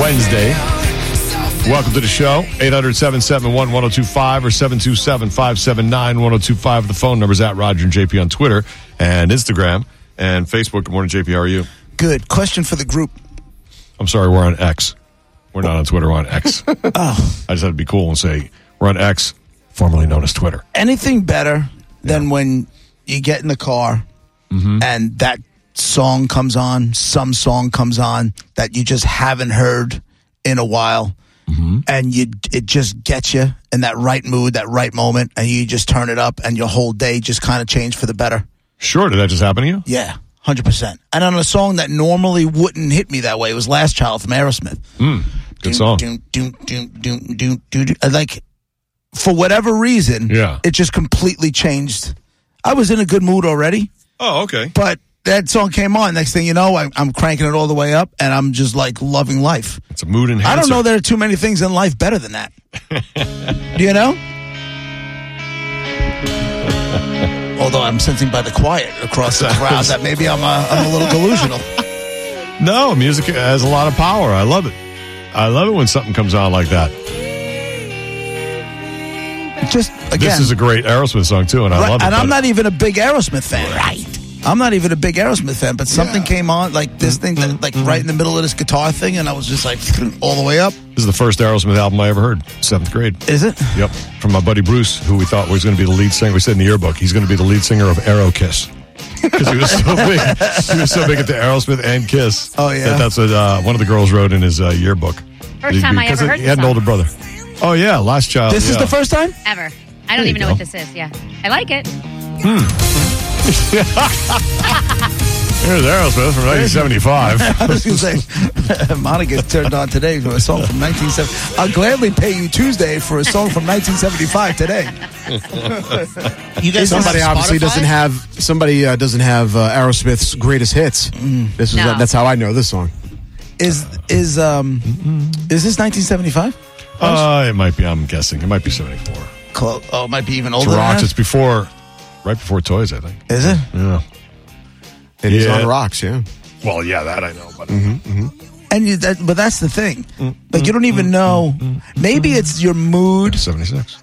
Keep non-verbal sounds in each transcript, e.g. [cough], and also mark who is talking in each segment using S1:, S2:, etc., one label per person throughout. S1: Wednesday. Welcome to the show. 800 771 1025 or 727 579 1025. The phone number's at Roger and JP on Twitter and Instagram and Facebook. Good morning, JP. How are you?
S2: Good. Question for the group.
S1: I'm sorry, we're on X. We're not on Twitter, we're
S2: [laughs]
S1: on X. I
S2: Oh.
S1: just had to be cool and say, we're on X, formerly known as Twitter.
S2: Anything better than when you get in the car and that song comes on, some song comes on that you just haven't heard in a while, and you it just gets you in that right mood, that right moment, and you just turn it up, and your whole day just kind of changed for the better.
S1: Sure, did that just happen to you?
S2: Yeah, hundred percent. And on a song that normally wouldn't hit me that way, it was "Last Child" from Aerosmith.
S1: Good song.
S2: Doom, doom, doom, doom, doom, doom, doom. And, Like, for whatever reason,
S1: Yeah.
S2: it just completely changed. I was in a good mood already,
S1: Oh, okay.
S2: but that song came on. Next thing you know, I, I'm cranking it all the way up, and I'm just like loving life.
S1: It's a mood enhancer.
S2: I don't know. There are too many things in life better than
S1: [laughs]
S2: that. Do you know? Although I'm sensing by the quiet across the
S1: [laughs]
S2: crowd that maybe I'm, uh, I'm a little delusional.
S1: No, music has a lot of power. I love it. I love it when something comes on like that.
S2: Just again,
S1: This is a great Aerosmith song too, and I
S2: Right,
S1: love it.
S2: and I'm
S1: but-
S2: not even a big Aerosmith fan. Right. I'm not even a big Aerosmith fan, but something came on like this thing, that, like right in the middle of this guitar thing, and I was just like all the way up.
S1: This is the first Aerosmith album I ever heard. Seventh grade.
S2: Is it?
S1: Yep, from my buddy Bruce, who we thought was going to be the lead singer. We said in the yearbook he's going to be the lead singer of Aero [laughs] Kiss because he was so big. he was so big at the Aerosmith and Kiss.
S2: Oh, yeah.
S1: that that's what uh, one of the girls wrote in his uh, yearbook.
S3: First time I
S1: Because
S3: ever heard
S1: He
S3: this
S1: had an
S3: song.
S1: older brother. Oh yeah, last child.
S2: This is
S1: yeah.
S2: the first time.
S3: ever. I don't
S1: you
S3: even know what
S1: go.
S3: this is. Yeah, I like it.
S1: Here's Aerosmith from
S2: [laughs]
S1: 1975.
S2: [laughs] I was going to say, Monica turned on today for a song from 1970. I'll gladly pay you Tuesday for a song from 1975 today.
S4: You guys somebody obviously doesn't have somebody uh, doesn't have uh, Aerosmith's greatest hits. This is
S3: No.
S4: that's how I know this song.
S2: Is is um is this 1975?
S1: uh, it might be. I'm guessing it might be 74.
S2: Close. Oh, it might be even older.
S1: It's
S2: than
S1: rocks.
S2: that.
S1: It's before, right before Toys, I think.
S2: Is it?
S1: Yeah.
S4: It is
S1: Yeah.
S4: on rocks, yeah.
S1: Well, yeah, that I know, but
S2: And you, that, but that's the thing.
S1: Mm,
S2: Like you don't even know. Maybe it's your mood
S1: 76.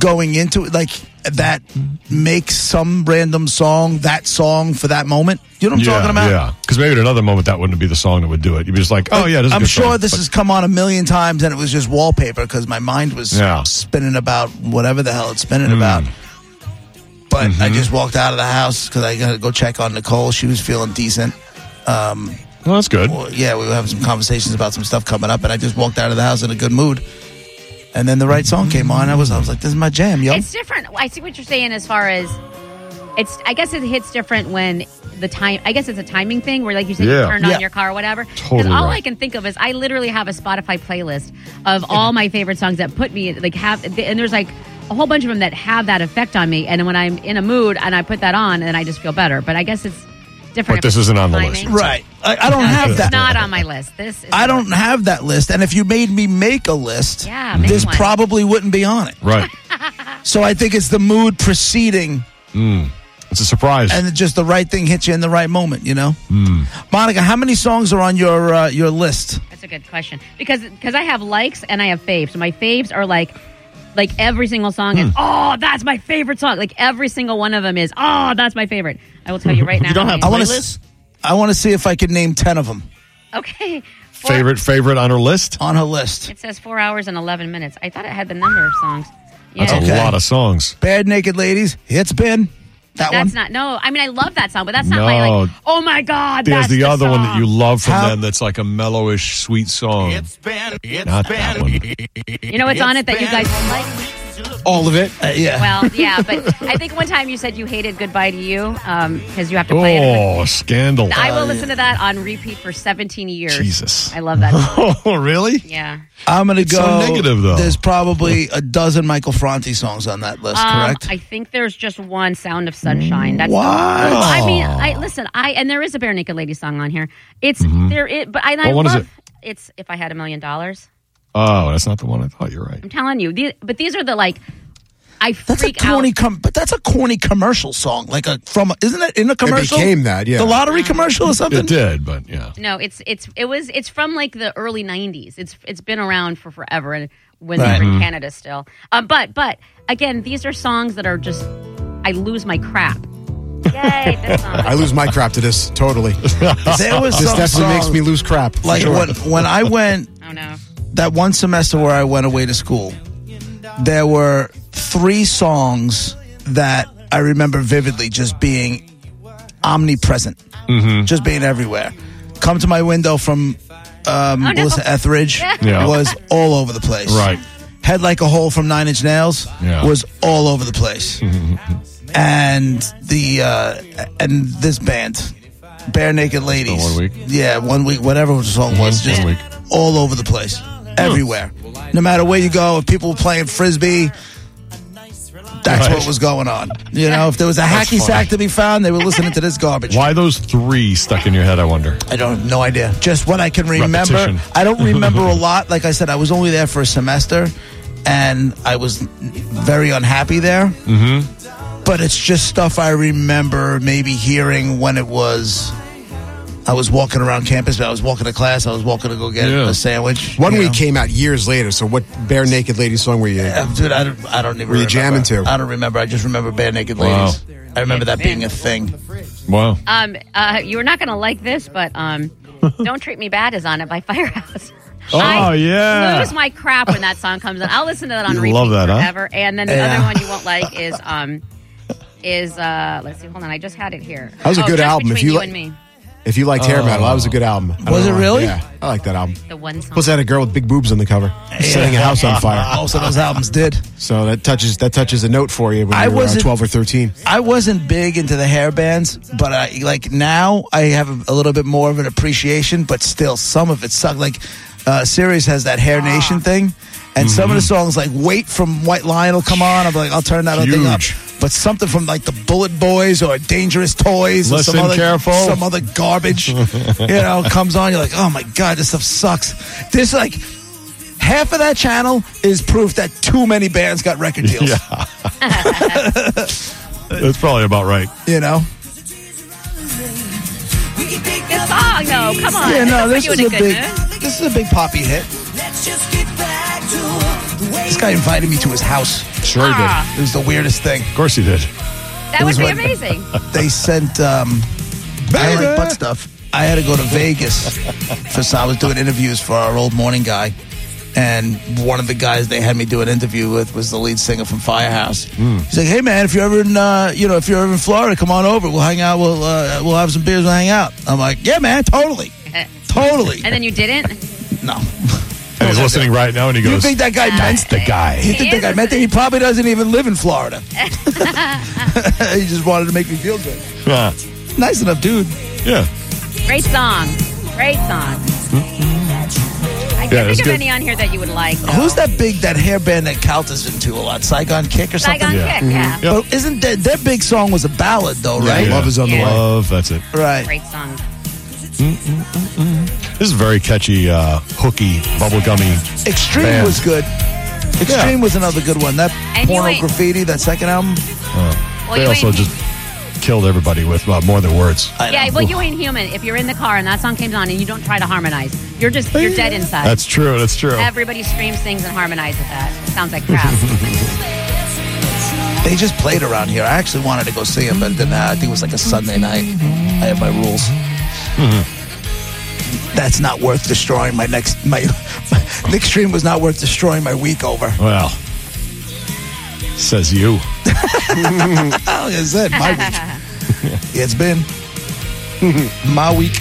S2: going into it, like that
S1: Mm,
S2: makes some random song that song for that moment. You know what I'm
S1: yeah,
S2: talking about?
S1: Yeah, because maybe at another moment that wouldn't be the song that would do it. You'd be just like, oh yeah, this is a
S2: I'm
S1: good
S2: sure
S1: song,
S2: this
S1: but-
S2: has come on a million times, and it was just wallpaper because my mind was
S1: Yeah. Mm.
S2: spinning about whatever the hell it's spinning about. But
S1: Mm-hmm.
S2: I just walked out of the house because I got to go check on Nicole. She was feeling decent.
S1: Well, that's good.
S2: Well, yeah, we were having some conversations about some stuff coming up, and I just walked out of the house in a good mood. And then the right song came on. I was, I was like, "This is my jam, yo."
S3: It's different. I see what you're saying as far as it's. I guess it hits different when the time. I guess it's a timing thing where, like you said,
S1: Yeah.
S3: you turn on
S2: Yeah.
S3: your car or whatever. Because
S1: Totally
S3: all
S1: right.
S3: I can think of is I literally have a Spotify playlist of all my favorite songs that put me like have and there's like a whole bunch of them that have that effect on me. And when I'm in a mood and I put that on, and I just feel better. But I guess it's
S1: But
S3: different. if
S1: this
S3: it's
S1: isn't on the
S3: timing.
S1: list.
S2: Right? I, I don't have
S3: It's
S2: that.
S3: not on my list. This is
S2: I don't have that list. And if you made me make a list,
S3: Yeah, make
S2: this
S3: one.
S2: probably wouldn't be on it.
S1: Right.
S2: So I think it's the mood preceding
S1: It's a surprise.
S2: and it just the right thing hits you in the right moment, you know? Monica, how many songs are on your uh, your list?
S3: That's a good question because because I have likes and I have faves. My faves are like like every single song
S1: Hmm.
S3: is oh that's my favorite song. Like every single one of them is oh that's my favorite. I will tell you
S1: [laughs]
S3: right now.
S5: You don't have
S2: I
S3: okay.
S2: wanna
S5: playlists?
S2: I want to see if I could name 10 of them
S3: [laughs] okay. Four-
S1: favorite favorite on her list.
S2: on her list.
S3: It says four hours and eleven minutes. I thought it had the number of songs. Yeah.
S1: That's
S2: Okay.
S1: a lot of songs.
S2: Bad Naked Ladies, it's been. That
S3: that's
S2: one?
S3: not no. I mean, I love that song, but that's not my
S1: No.
S3: like. Oh my god!
S1: There's
S3: that's
S1: the other one that
S3: song.
S1: you love from
S2: How-
S1: them that's like a mellowish, sweet song.
S5: been, it's
S1: Not that one.
S3: You know what's on it that you guys like?
S4: All of it.
S2: Uh, yeah.
S3: Well, yeah, but I think one time you said you hated "Goodbye to You" because you have to play it.
S1: Oh, scandal.
S3: I will listen to that on repeat for 17 years.
S1: Jesus.
S3: I love that.
S1: [laughs]
S3: song.
S1: [laughs] Oh, really?
S3: yeah.
S2: I'm gonna
S1: so
S2: go
S1: negative, though.
S2: There's probably a dozen Michael Franti songs on that list,
S3: Um,
S2: correct?
S3: I think there's just one "Sound of Sunshine." That's
S2: What?
S3: Well, I mean, I listen. I and there is a bare naked lady song on here. It's there. It, but I, I
S1: What one
S3: love
S1: is
S3: it's if I had a million dollars.
S1: Oh, that's not the one I thought. You're right.
S3: I'm telling you. These, but these are the like. I
S2: That's a
S3: freak
S2: corny,
S3: out.
S2: com- but that's a corny commercial song. Like a from, isn't it in a commercial?
S4: became that, yeah.
S2: The lottery commercial or something.
S1: It did, but yeah.
S3: No, it's it's it was it's from like the early '90s. It's it's been around for forever, and when
S2: Right.
S3: they were in
S4: Mm-hmm.
S3: Canada still. Um, but but again, these are songs that are just I lose my crap. Yay!
S4: [laughs]
S3: This song.
S4: I lose my crap to this
S2: [laughs]
S4: totally. This
S2: There was some
S4: definitely
S2: song,
S4: makes me lose crap. for
S2: like
S4: sure.
S2: when when I went
S3: oh no.
S2: that one semester where I went away to school. There were three songs that I remember vividly just being omnipresent, just being everywhere. "Come to My Window" from um,
S3: no.
S2: Melissa Etheridge
S1: Yeah.
S2: was all over the place.
S1: Right.
S2: "Head Like a Hole" from Nine Inch Nails
S1: Yeah.
S2: was all over the
S1: [laughs]
S2: place, and the uh, and this band, Bare Naked Ladies,
S1: Oh, one week? Mm-hmm.
S2: yeah, one week, whatever the song was,
S1: One
S2: just
S1: week.
S2: all over the place, everywhere. No matter where you go, if people were playing frisbee, that's
S1: Right.
S2: what was going on. You know, if there was a hacky sack to be found, they were listening to this garbage.
S1: Why those three stuck in your head? I wonder.
S2: I don't have no idea. Just what I can remember.
S1: Repetition.
S2: I don't remember a lot. Like I said, I was only there for a semester, and I was very unhappy there. Mm-hmm. But it's just stuff I remember maybe hearing when it was. I was walking around campus. I was walking to class. I was walking to go get
S1: Yeah.
S2: a sandwich.
S4: One
S2: you
S4: week
S2: know.
S4: came out years later. So what bare naked lady song were you?
S2: Uh, Dude, I don't, I don't even
S4: Were you
S2: remember.
S4: jamming to?
S2: I don't remember. I just remember Bare Naked
S1: Wow.
S2: Ladies. I remember that being a thing.
S1: Wow.
S3: Um, uh, you are not going to like this, but um, "Don't Treat Me Bad" is on it by [laughs] Firehouse.
S1: Oh,
S3: I
S1: yeah.
S3: lose my crap when that song comes on. I'll listen to that on
S1: You
S3: repeat
S1: love that, huh?
S3: forever. And then the
S2: Yeah.
S3: other one you won't like is um, is uh, let's see, hold on, I just had it here.
S4: That was a
S3: Oh,
S4: good
S3: Just
S4: album. If
S3: Between
S4: you
S3: you
S4: li-
S3: and me,
S4: If you liked hair metal, that was a good album. I don't
S2: Was it
S4: know why.
S2: really?
S4: Yeah, I like that album.
S3: the one song.
S4: Plus, it had a girl with big boobs on the cover, setting a house on
S2: [laughs]
S4: fire.
S2: Also, those albums did.
S4: So that touches that touches a note for you when
S2: I
S4: you were uh,
S2: wasn't-
S4: twelve or thirteen.
S2: I wasn't big into the hair bands, but I like now I have a, a little bit more of an appreciation. But still, some of it sucked. Like, uh, Sirius has that Hair
S1: Ah.
S2: Nation thing, and some of
S1: Mm-hmm.
S2: the songs like "Wait" from White Lion will come on. I'm like, I'll turn that other thing up.
S1: Huge.
S2: But something from like the Bullet Boys or Dangerous Toys or some
S1: Listen
S2: other
S1: careful.
S2: some other
S1: [laughs]
S2: garbage, you know, comes on. You're like, oh my god, this stuff sucks. This like. Half of that channel is proof that too many bands got record deals.
S1: [laughs] That's probably about right.
S2: You know,
S3: Good song though. Oh, Come on.
S2: yeah, no,
S3: Put
S2: this
S3: you
S2: is
S3: in
S2: a
S3: good
S2: big,
S3: mood.
S2: this is a big poppy hit. This guy invited me to his house.
S1: Sure he did.
S3: Ah.
S2: It was the weirdest thing.
S1: Of course he did.
S2: Oh,
S3: That would
S2: was
S3: be
S2: what-
S1: [laughs]
S3: amazing.
S2: They sent. Um, I like butt stuff. I had to go to Vegas for so I was doing interviews for our old morning guy, and one of the guys they had me do an interview with was the lead singer from Firehouse. He's like, "Hey man, if you're ever in, uh, you know, if you're ever in Florida, come on over. We'll hang out. We'll uh, we'll have some beers. We'll hang out." I'm like, "Yeah, man, totally, totally."
S3: And then you didn't.
S2: no,
S1: And he's listening right now and he
S2: you
S1: goes,
S2: think that guy meant
S1: the guy.
S2: You think that guy meant that? He probably doesn't even live in
S3: [laughs]
S2: Florida. [laughs] he just wanted to make me feel good.
S1: Yeah.
S2: Nice enough, dude.
S1: "Ah, Yeah.
S3: Great song. Great song. I can't
S1: Yeah, that's
S3: think of
S1: good.
S3: any on here that you would like. Though.
S2: Who's that big that hair band that Kalt is into a lot? Saigon Kick or something?
S3: Saigon
S1: Yeah. Mm-hmm.
S3: Kick. Yeah.
S1: Yep.
S2: But isn't that their big song was a ballad though, right?
S4: Love is on the
S3: Yeah.
S4: way.
S1: Love, that's it.
S2: Right.
S3: Great song.
S1: This is a very catchy, uh, hooky, bubblegummy.
S2: Extreme
S1: Band.
S2: was good. Extreme was another good one. That
S3: And you
S2: porno
S3: ain't-
S2: graffiti, that second album.
S3: Well,
S1: They
S3: you
S1: also
S3: ain't-
S1: just killed everybody with uh, more than words.
S2: I
S3: Yeah,
S2: know.
S3: well, you ain't human. If you're in the car and that song comes on and you don't try to harmonize, you're just you're dead inside.
S1: That's true. That's true.
S3: Everybody screams, sings, and harmonizes with that. It
S1: [laughs]
S3: sounds like crap.
S2: They just played around here. I actually wanted to go see them, but then uh, I think it was like a Sunday night. I have my rules.
S1: Mm-hmm.
S2: That's not worth destroying my next my, [laughs] my next stream was not worth destroying my week over.
S1: Well, says you.
S2: like I said,
S3: [laughs]
S2: my
S1: [laughs]
S2: week. It's been my week.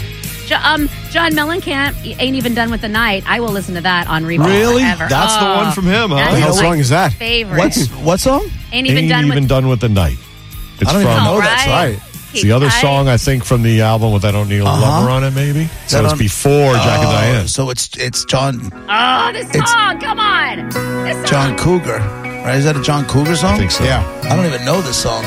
S3: Jo- um, John Mellencamp ain't even done with the night. I will listen to that on repeat.
S1: Really?
S3: forever.
S1: That's the one from him, huh?
S3: that
S1: What the
S4: hell
S3: my
S4: song is that?
S3: Favorite.
S2: What's what song?
S3: ain't even
S1: Ain't
S3: done
S1: even
S3: with
S1: done with the night. It's
S2: I don't even
S1: from
S2: know that
S3: All
S2: Oh, that's
S4: right.
S1: it's the other
S3: Keep- I-
S1: song I think from the album with I don't need a lover on it. Maybe so.
S2: Uh-huh. that
S1: It's
S2: on-
S1: before Jack and
S2: Oh,
S1: Diane.
S2: So it's it's John
S3: Oh, this
S2: It's-
S3: song! Come on, this song.
S2: John Cougar. Right? Is that a John Cougar song?
S1: I think so.
S4: Yeah.
S2: I don't even know this song.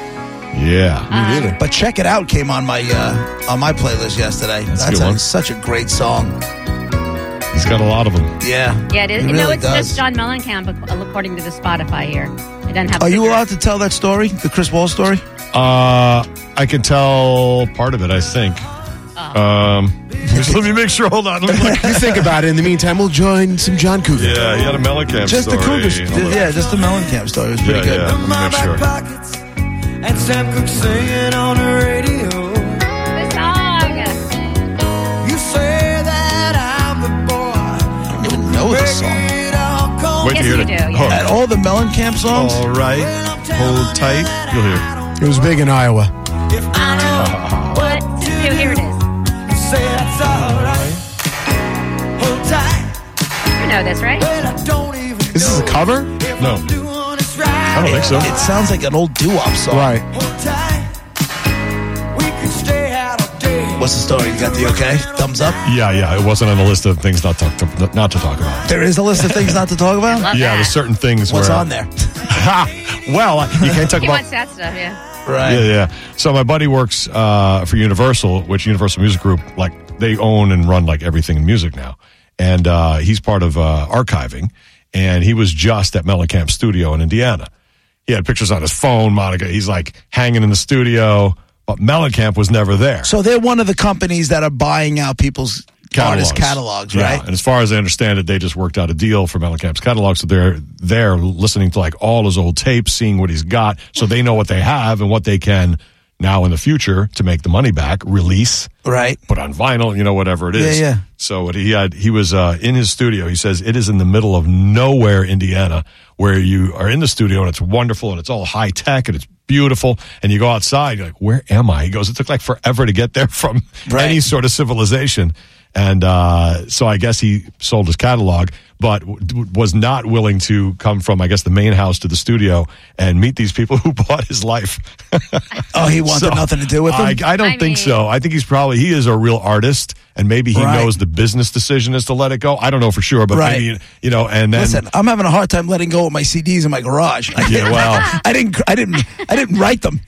S2: Uh.
S1: Yeah.
S4: Me neither.
S2: But check it out came on my uh, on my playlist yesterday.
S1: That's a good one.
S2: such a great song.
S1: He's got a lot of them.
S2: Yeah.
S3: Yeah, it is.
S2: It
S3: no,
S2: really
S3: it's
S2: does.
S3: just John Mellencamp, ac- uh, according to the Spotify here. It doesn't have.
S2: Are
S3: a
S2: you
S3: figure.
S2: allowed to tell that story? The Chris Wall story?
S1: Uh, I can tell part of it. I think. Um, [laughs] just let me make sure. Hold on. Let me look.
S4: You think about it. In the meantime, we'll join some John Cougar.
S1: [laughs] Yeah, he had a Mellencamp
S2: just
S1: story.
S2: the Cougars.
S1: and all that.
S2: Yeah, just the Mellencamp story. It was pretty
S1: yeah,
S2: good.
S1: yeah. Let me make sure.
S5: pockets and Sam Cooke singing on the radio.
S3: This song.
S5: You say that I'm the boy.
S2: I don't even know this song.
S5: It all comes
S1: Wait
S3: Yes,
S1: to hear
S3: you
S1: it.
S3: do, yeah.
S2: At
S1: Hook.
S2: all the Mellencamp songs?
S1: All right. Hold tight. You'll hear.
S4: It was big in Iowa.
S5: if I know
S3: What? Dude, here it is.
S5: you say that's all right. Hold tight,
S3: You know this, right?
S5: but I don't even
S4: This is a
S5: know
S4: cover?
S5: if
S1: No.
S5: I'm doing this right.
S1: I don't think so.
S2: It sounds like an old doo-wop song.
S4: Right.
S5: Hold tight. We can stay out all day.
S2: What's the story? You got the okay? Thumbs up?
S1: Yeah, yeah. It wasn't on the list of things not to to, not to talk about.
S2: There is a list of things not to talk about?
S3: [laughs] Love
S1: Yeah,
S3: that.
S1: there's certain things
S2: What's
S1: where
S2: on there?
S1: [laughs]
S2: [laughs]
S1: Ha! well, you can't talk
S3: He
S1: about
S3: wants that stuff. Yeah.
S2: Right.
S1: Yeah, yeah. So my buddy works uh, for Universal, which Universal Music Group, like they own and run like everything in music now, and uh, he's part of uh, archiving. And he was just at Mellencamp Studio in Indiana. He had pictures on his phone, Monica. He's like hanging in the studio, but Mellencamp was never there.
S2: So they're one of the companies that are buying out people's artist catalogs,
S1: Yeah,
S2: right?
S1: And as far as I understand it, they just worked out a deal for Mellencamp's catalog, so they're there listening to like all his old tapes, seeing what he's got, so they know what they have and what they can now in the future to make the money back, release,
S2: Right.
S1: put on vinyl, you know, whatever it is.
S2: Yeah, yeah.
S1: So what he had, he was uh, in his studio. He says it is in the middle of nowhere, Indiana, where you are in the studio and it's wonderful and it's all high tech and it's beautiful. And you go outside, you're like, where am I? He goes, it took like forever to get there from [laughs]
S2: Right.
S1: any sort of civilization. And uh, so I guess he sold his catalog, but w- w- was not willing to come from, I guess, the main house to the studio and meet these people [laughs] who bought his life. [laughs]
S2: Oh, he wanted
S1: So,
S2: nothing to do with them?
S1: I, I don't
S3: I
S1: think
S3: mean-
S1: so. I think he's probably he is a real artist, and maybe he
S2: Right.
S1: knows the business decision is to let it go. I don't know for sure, but
S2: Right.
S1: maybe you know. And then
S2: Listen, I'm having a hard time letting go of my CDs in my garage. I [laughs]
S1: Yeah,
S2: didn't-
S1: well.
S2: I didn't, I didn't, I didn't write them.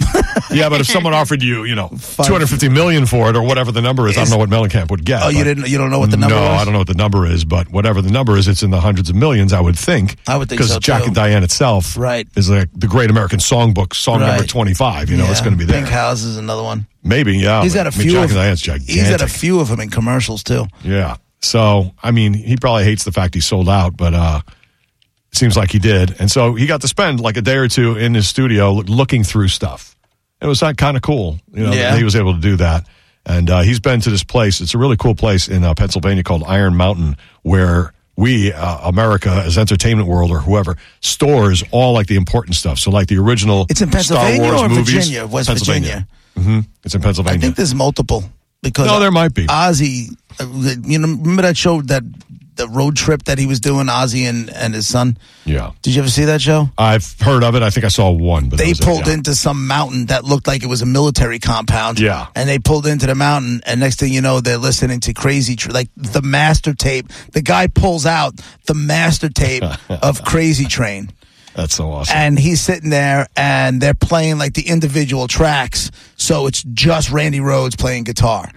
S1: yeah, but if someone offered you you know 250 million for it or whatever the number is, I don't know what Mellencamp would get.
S2: Oh, you
S1: but-
S2: didn't, you don't know what the number
S1: no,
S2: was?
S1: I don't know what the number is, but whatever the number is, it's in the hundreds of millions, I would think.
S2: I would think
S1: because
S2: so,
S1: Jack
S2: too.
S1: and Diane itself,
S2: Right.
S1: is like the Great American Songbook, song number
S2: Right.
S1: twenty-five. [laughs] You know, it's going to be there.
S2: Pink House is another one.
S1: Maybe, yeah.
S2: He's
S1: but,
S2: had a
S1: I mean,
S2: few.
S1: Jack
S2: of,
S1: and Diane's gigantic.
S2: he's had a few of them in commercials too.
S1: Yeah. So, I mean, he probably hates the fact he sold out, but uh it seems like he did. And so he got to spend like a day or two in his studio look, looking through stuff. It was kind of cool, you know,
S2: Yeah.
S1: that he was able to do that. And uh, he's been to this place. It's a really cool place in uh, Pennsylvania called Iron Mountain, where we, uh, America, as entertainment world or whoever, stores all like the important stuff. So, like the original
S2: It's in
S1: Star
S2: Pennsylvania
S1: Wars
S2: or
S1: movies,
S2: Virginia, West
S1: Pennsylvania. hmm It's in Pennsylvania.
S2: I think there's multiple because
S1: No, there might be.
S2: Ozzy, uh, you know, remember that show that the road trip that he was doing, Ozzy and and his son.
S1: yeah.
S2: Did you ever see that show?
S1: I've heard of it. I think I saw one, but that
S2: They
S1: was it,
S2: pulled
S1: yeah.
S2: into some mountain that looked like it was a military compound.
S1: Yeah.
S2: And they pulled into the mountain, and next thing you know, they're listening to crazy, Tr- like the master tape. The guy pulls out the master
S1: [laughs]
S2: tape of Crazy Train.
S1: That's so awesome.
S2: and he's sitting there and they're playing like the individual tracks so it's just randy rhodes playing guitar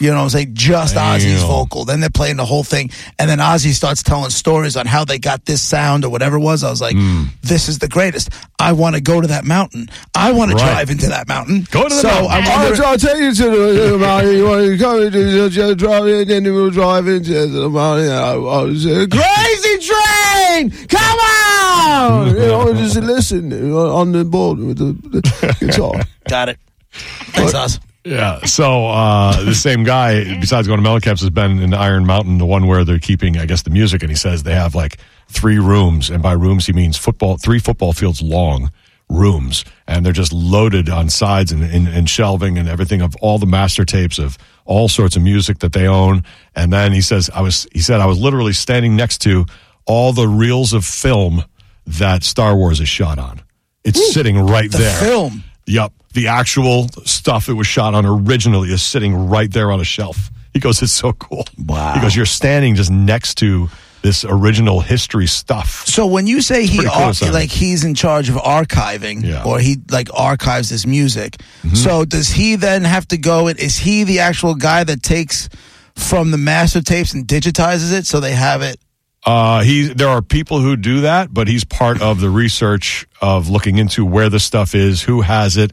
S2: you know what i'm saying just ozzy's
S1: Damn.
S2: vocal then they're playing the whole thing and then ozzy starts telling stories on how they got this sound or whatever it was i was like
S1: Hmm.
S2: this is the greatest i want to go to that mountain i want
S1: Right.
S2: to drive into that mountain
S1: Go to the
S2: so
S1: mountain.
S2: I
S4: I'll,
S2: wonder-
S4: I'll take you to the mountain. You want to come into the drive in, then we'll drive into the mountain. I, I was, uh, crazy train! Come on! You know, just listen uh, on the board with the, the guitar.
S2: got it thanks oz
S1: yeah. So uh, the same guy, besides going to Mellencamp's, has been in Iron Mountain, the one where they're keeping, I guess, the music. And he says they have like three rooms, and by rooms he means football, three football fields long rooms, and they're just loaded on sides and, and, and shelving and everything of all the master tapes of all sorts of music that they own. And then he says, I was, he said, I was literally standing next to all the reels of film that Star Wars is shot on. It's sitting right there.
S2: film.
S1: Yep. The actual stuff it was shot on originally is sitting right there on a shelf. He goes, It's so cool.
S2: Wow.
S1: He goes, You're standing just next to this original history stuff.
S2: So when you say he
S1: pretty cool,
S2: ar-
S1: Simon.
S2: like he's in charge of archiving
S1: Yeah. Mm-hmm.
S2: or he like archives this music, so does he then have to go and is he the actual guy that takes from the master tapes and digitizes it so they have it?
S1: Uh, he, there are people who do that, but he's part of the research of looking into where the stuff is, who has it,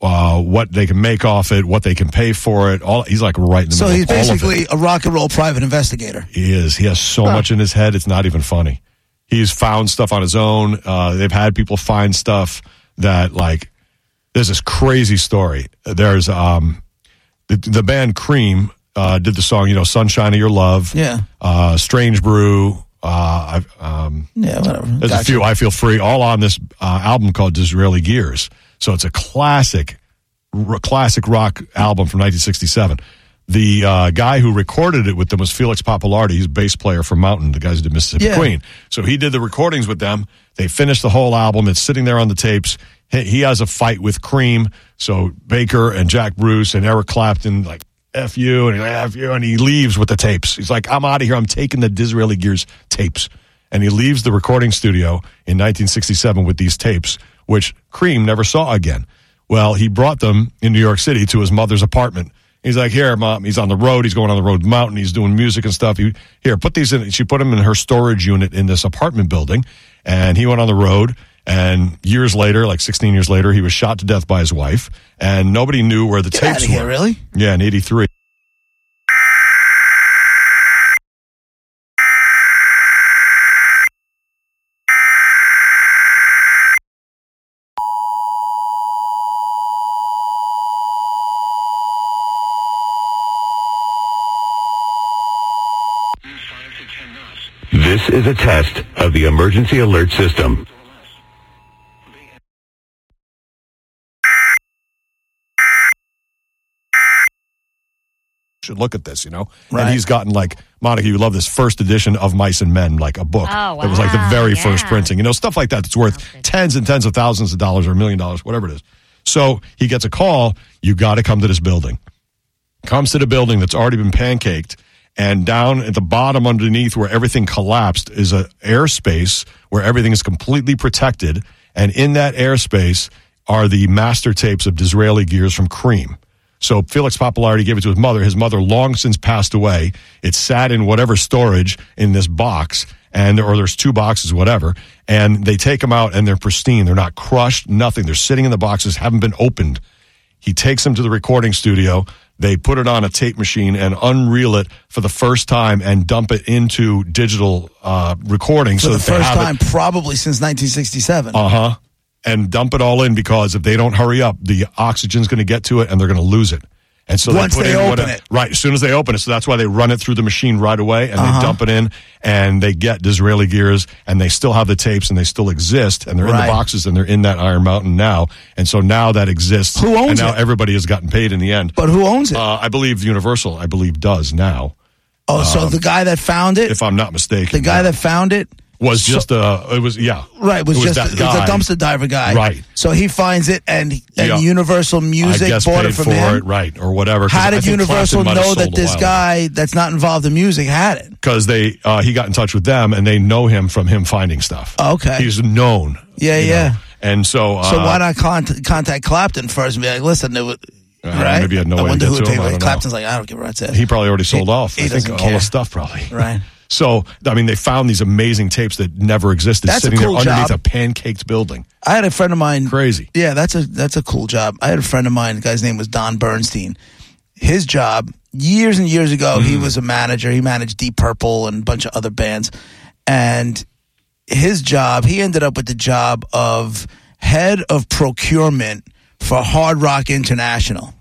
S1: uh, what they can make off it, what they can pay for it. All he's like right in the
S2: So
S1: middle
S2: he's
S1: of all of it.
S2: basically a rock and roll private investigator.
S1: He is. He has so much in his head. It's not even funny. He's found stuff on his own. Uh, they've had people find stuff that like. There's this crazy story. There's um, the, the band Cream uh, did the song, you know, "Sunshine of Your Love."
S2: Yeah.
S1: Uh, Strange Brew. Uh, I've, um,
S2: Yeah, whatever.
S1: there's a
S2: Mm-hmm. Gotcha.
S1: few. I feel free. All on this uh, album called Disraeli Gears. So it's a classic, r- classic rock album from 1967. The uh, guy who recorded it with them was Felix Popolardi. He's a bass player for Mountain, the guys who did Mississippi
S2: Yeah.
S1: Queen. So he did the recordings with them. They finished the whole album. It's sitting there on the tapes. He, he has a fight with Cream. So Baker and Jack Bruce and Eric Clapton, like, F you, and he's like, F you, and he leaves with the tapes. He's like, I'm out of here. I'm taking the Disraeli Gears tapes. And he leaves the recording studio in 1967 with these tapes, which Cream never saw again. Well, he brought them in New York City to his mother's apartment. He's like, here, mom. He's on the road. He's going on the road, mountain. He's doing music and stuff. He, here, put these in. She put them in her storage unit in this apartment building, and he went on the road. And years later, like 16 years later, he was shot to death by his wife, and nobody knew where the
S2: Get
S1: tapes
S2: outta here,
S1: were.
S2: really?
S1: Yeah, in '83.
S6: This is a test of the emergency alert system.
S1: should look at this, you know?
S2: Right.
S1: And he's gotten like, Monica, you love this first edition of Mice and Men, like a book
S3: Oh,
S1: that was like the
S3: wow,
S1: very first
S3: yeah.
S1: printing, you know, stuff like that that's worth tens and tens of thousands of dollars or a million dollars, whatever it is. So he gets a call, you got to come to this building. Comes to the building that's already been pancaked, and down at the bottom underneath where everything collapsed is a airspace where everything is completely protected. And in that airspace are the master tapes of Disraeli Gears from Cream. So Felix Popolardi gave it to his mother. His mother long since passed away. It sat in whatever storage in this box, and or there's two boxes, whatever. And they take them out, and they're pristine. They're not crushed, nothing. They're sitting in the boxes, haven't been opened. He takes them to the recording studio. They put it on a tape machine and unreel it for the first time and dump it into digital uh, recording.
S2: For
S1: so
S2: the
S1: that they
S2: first
S1: have
S2: time,
S1: it-
S2: probably since 1967.
S1: uh huh. And dump it all in because if they don't hurry up, the oxygen's going to get to it and they're going to lose it. And so
S2: Once
S1: they, put
S2: they
S1: in
S2: open
S1: whatever-
S2: it.
S1: right as soon as they open it. So that's why they run it through the machine right away and
S2: Uh-huh.
S1: they dump it in and they get Disraeli gears and they still have the tapes and they still exist and they're in
S2: Right.
S1: the boxes and they're in that Iron Mountain now. And so now that exists.
S2: Who owns
S1: And now
S2: it?
S1: everybody has gotten paid in the end.
S2: but who owns it?
S1: uh, I believe Universal, I believe, does now,
S2: oh, so the guy that found it,
S1: um, if I'm not mistaken.
S2: the guy that found it,
S1: was just a, it was, yeah.
S2: Right, was,
S1: it was
S2: just
S1: that
S2: it was
S1: guy.
S2: a dumpster diver guy.
S1: Right.
S2: So he finds it, and and
S1: Yeah.
S2: Universal Music
S1: I guess
S2: bought
S1: paid
S2: it from
S1: for
S2: him.
S1: it, right, or whatever. 'cause
S2: How
S1: I
S2: did
S1: think
S2: Universal
S1: Clapton might have
S2: know that
S1: sold a
S2: this
S1: while
S2: guy that's not involved in music had it?
S1: because they uh, he got in touch with them and they know him from him finding stuff.
S2: Oh, okay.
S1: he's known.
S2: Yeah,
S1: you
S2: yeah.
S1: know. And so, uh,
S2: So why not con- contact Clapton first and be like, listen, it was,
S1: Uh,
S2: right?
S1: maybe he had no
S2: I
S1: way to
S2: wonder
S1: get
S2: who
S1: to
S2: would
S1: him,
S2: take
S1: I
S2: it.
S1: don't know.
S2: Clapton's like, I don't give a rat's ass.
S1: He probably already sold
S2: He-
S1: off.
S2: he
S1: I think
S2: doesn't
S1: all
S2: care.
S1: the stuff probably.
S2: Right.
S1: [laughs] So I mean, they found these amazing tapes that never existed,
S2: That's a
S1: sitting
S2: cool
S1: there underneath
S2: job.
S1: a pancaked building.
S2: I had a friend of mine.
S1: Crazy.
S2: Yeah, that's a that's a cool job. I had a friend of mine. The guy's name was Don Bernstein. His job years and years ago, he was a manager. He managed Deep Purple and a bunch of other bands. And his job, he ended up with the job of head of procurement for Hard Rock International.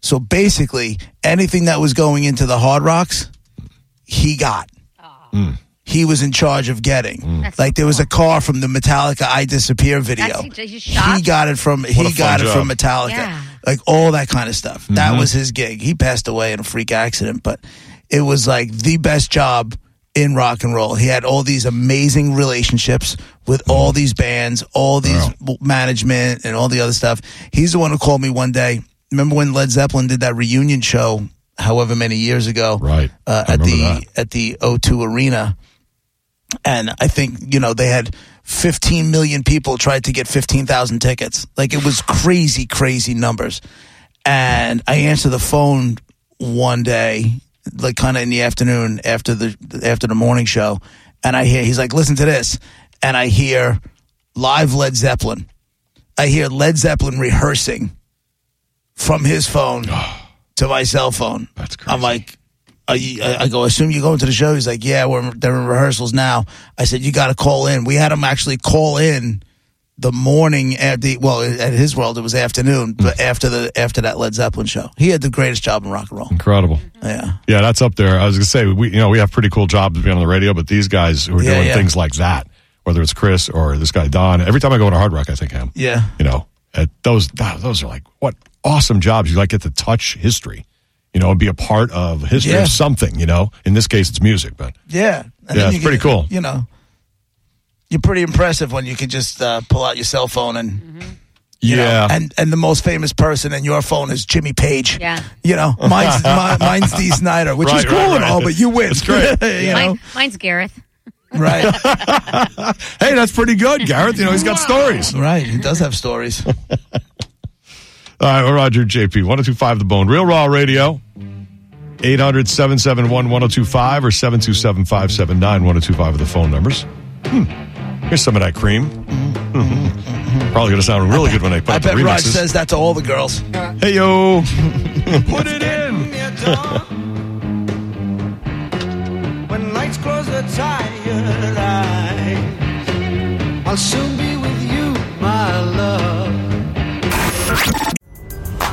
S2: So basically, anything that was going into the Hard Rocks, he got. he was in charge of getting.
S3: That's
S2: Like
S3: so
S2: there was
S3: cool.
S2: a car from the Metallica "I Disappear" video.
S3: That's- he's shocked.
S2: He got it from
S1: a
S2: he
S1: fun
S2: got it from
S1: job. Mm-hmm.
S2: Metallica.
S3: Yeah.
S2: Like all that kind of stuff. That was his gig. He passed away in a freak accident, but it was like the best job in rock and roll. He had all these amazing relationships with
S1: Mm-hmm.
S2: all these bands, all these w- management and all the other stuff. He's the one who called me one day. Remember when Led Zeppelin did that reunion show however many years ago?
S1: Right.
S2: Uh,
S1: I
S2: at the
S1: remember
S2: at the O2 Arena and I think you know they had 15 million people tried to get 15,000 tickets. Like it was crazy, crazy numbers. And I answered the phone one day, like kind of in the afternoon after the after the morning show, and I hear he's like, "Listen to this," and I hear live Led Zeppelin. I hear Led Zeppelin rehearsing from his
S1: [sighs]
S2: phone to my cell phone.
S1: That's
S2: I'm
S1: crazy.
S2: like, are you, I I go, assume you're going to the show. He's like, yeah, we're, they're in rehearsals now. I said, you got to call in. We had him actually call in the morning at the, well, at his world, it was afternoon,
S1: Hmm.
S2: but after the, after that Led Zeppelin show, he had the greatest job in rock and roll.
S1: Incredible.
S2: Yeah.
S1: Yeah, that's up there. I was gonna say we you know we have pretty cool jobs being on the radio, but these guys who are
S2: Yeah,
S1: doing
S2: yeah.
S1: things like that, whether it's Chris or this guy Don, every time I go to Hard Rock, I think of him.
S2: Yeah.
S1: you know, at those ah, those are like what awesome jobs you like get to touch history, you know, and be a part of history
S2: Yeah.
S1: of something. You know, in this case, it's music, but
S2: Yeah. And
S1: Yeah,
S2: then
S1: it's
S2: you
S1: pretty cool.
S2: You know, you're pretty impressive when you can just uh, pull out your cell phone and,
S1: Mm-hmm.
S2: you know,
S1: yeah,
S2: and, and the most famous person in your phone is Jimmy Page.
S3: Yeah.
S2: You know,
S1: [laughs]
S2: mine's, my, mine's Dee Snyder, which is
S1: Right,
S2: cool
S1: right,
S2: and
S1: right.
S2: all, but you win.
S1: It's great.
S2: [laughs] you know,
S3: Mine, mine's Gareth.
S1: [laughs]
S2: right.
S1: hey, that's pretty good, Gareth. You know, he's got stories.
S2: Right, he does have stories.
S1: All right, well, Roger JP, 1025 The Bone, Real Raw Radio, 800 771 1025 or 727 579 1025 are the phone numbers. Hmm. Here's some of that cream. [laughs] Probably going to sound really good when I put
S2: I
S1: up the
S2: bet Raj
S1: remixes.
S2: says that to all the girls.
S1: Hey,
S2: [laughs]
S1: yo.
S5: Put it in. when lights close the tired eyes, I'll soon be with you, my love.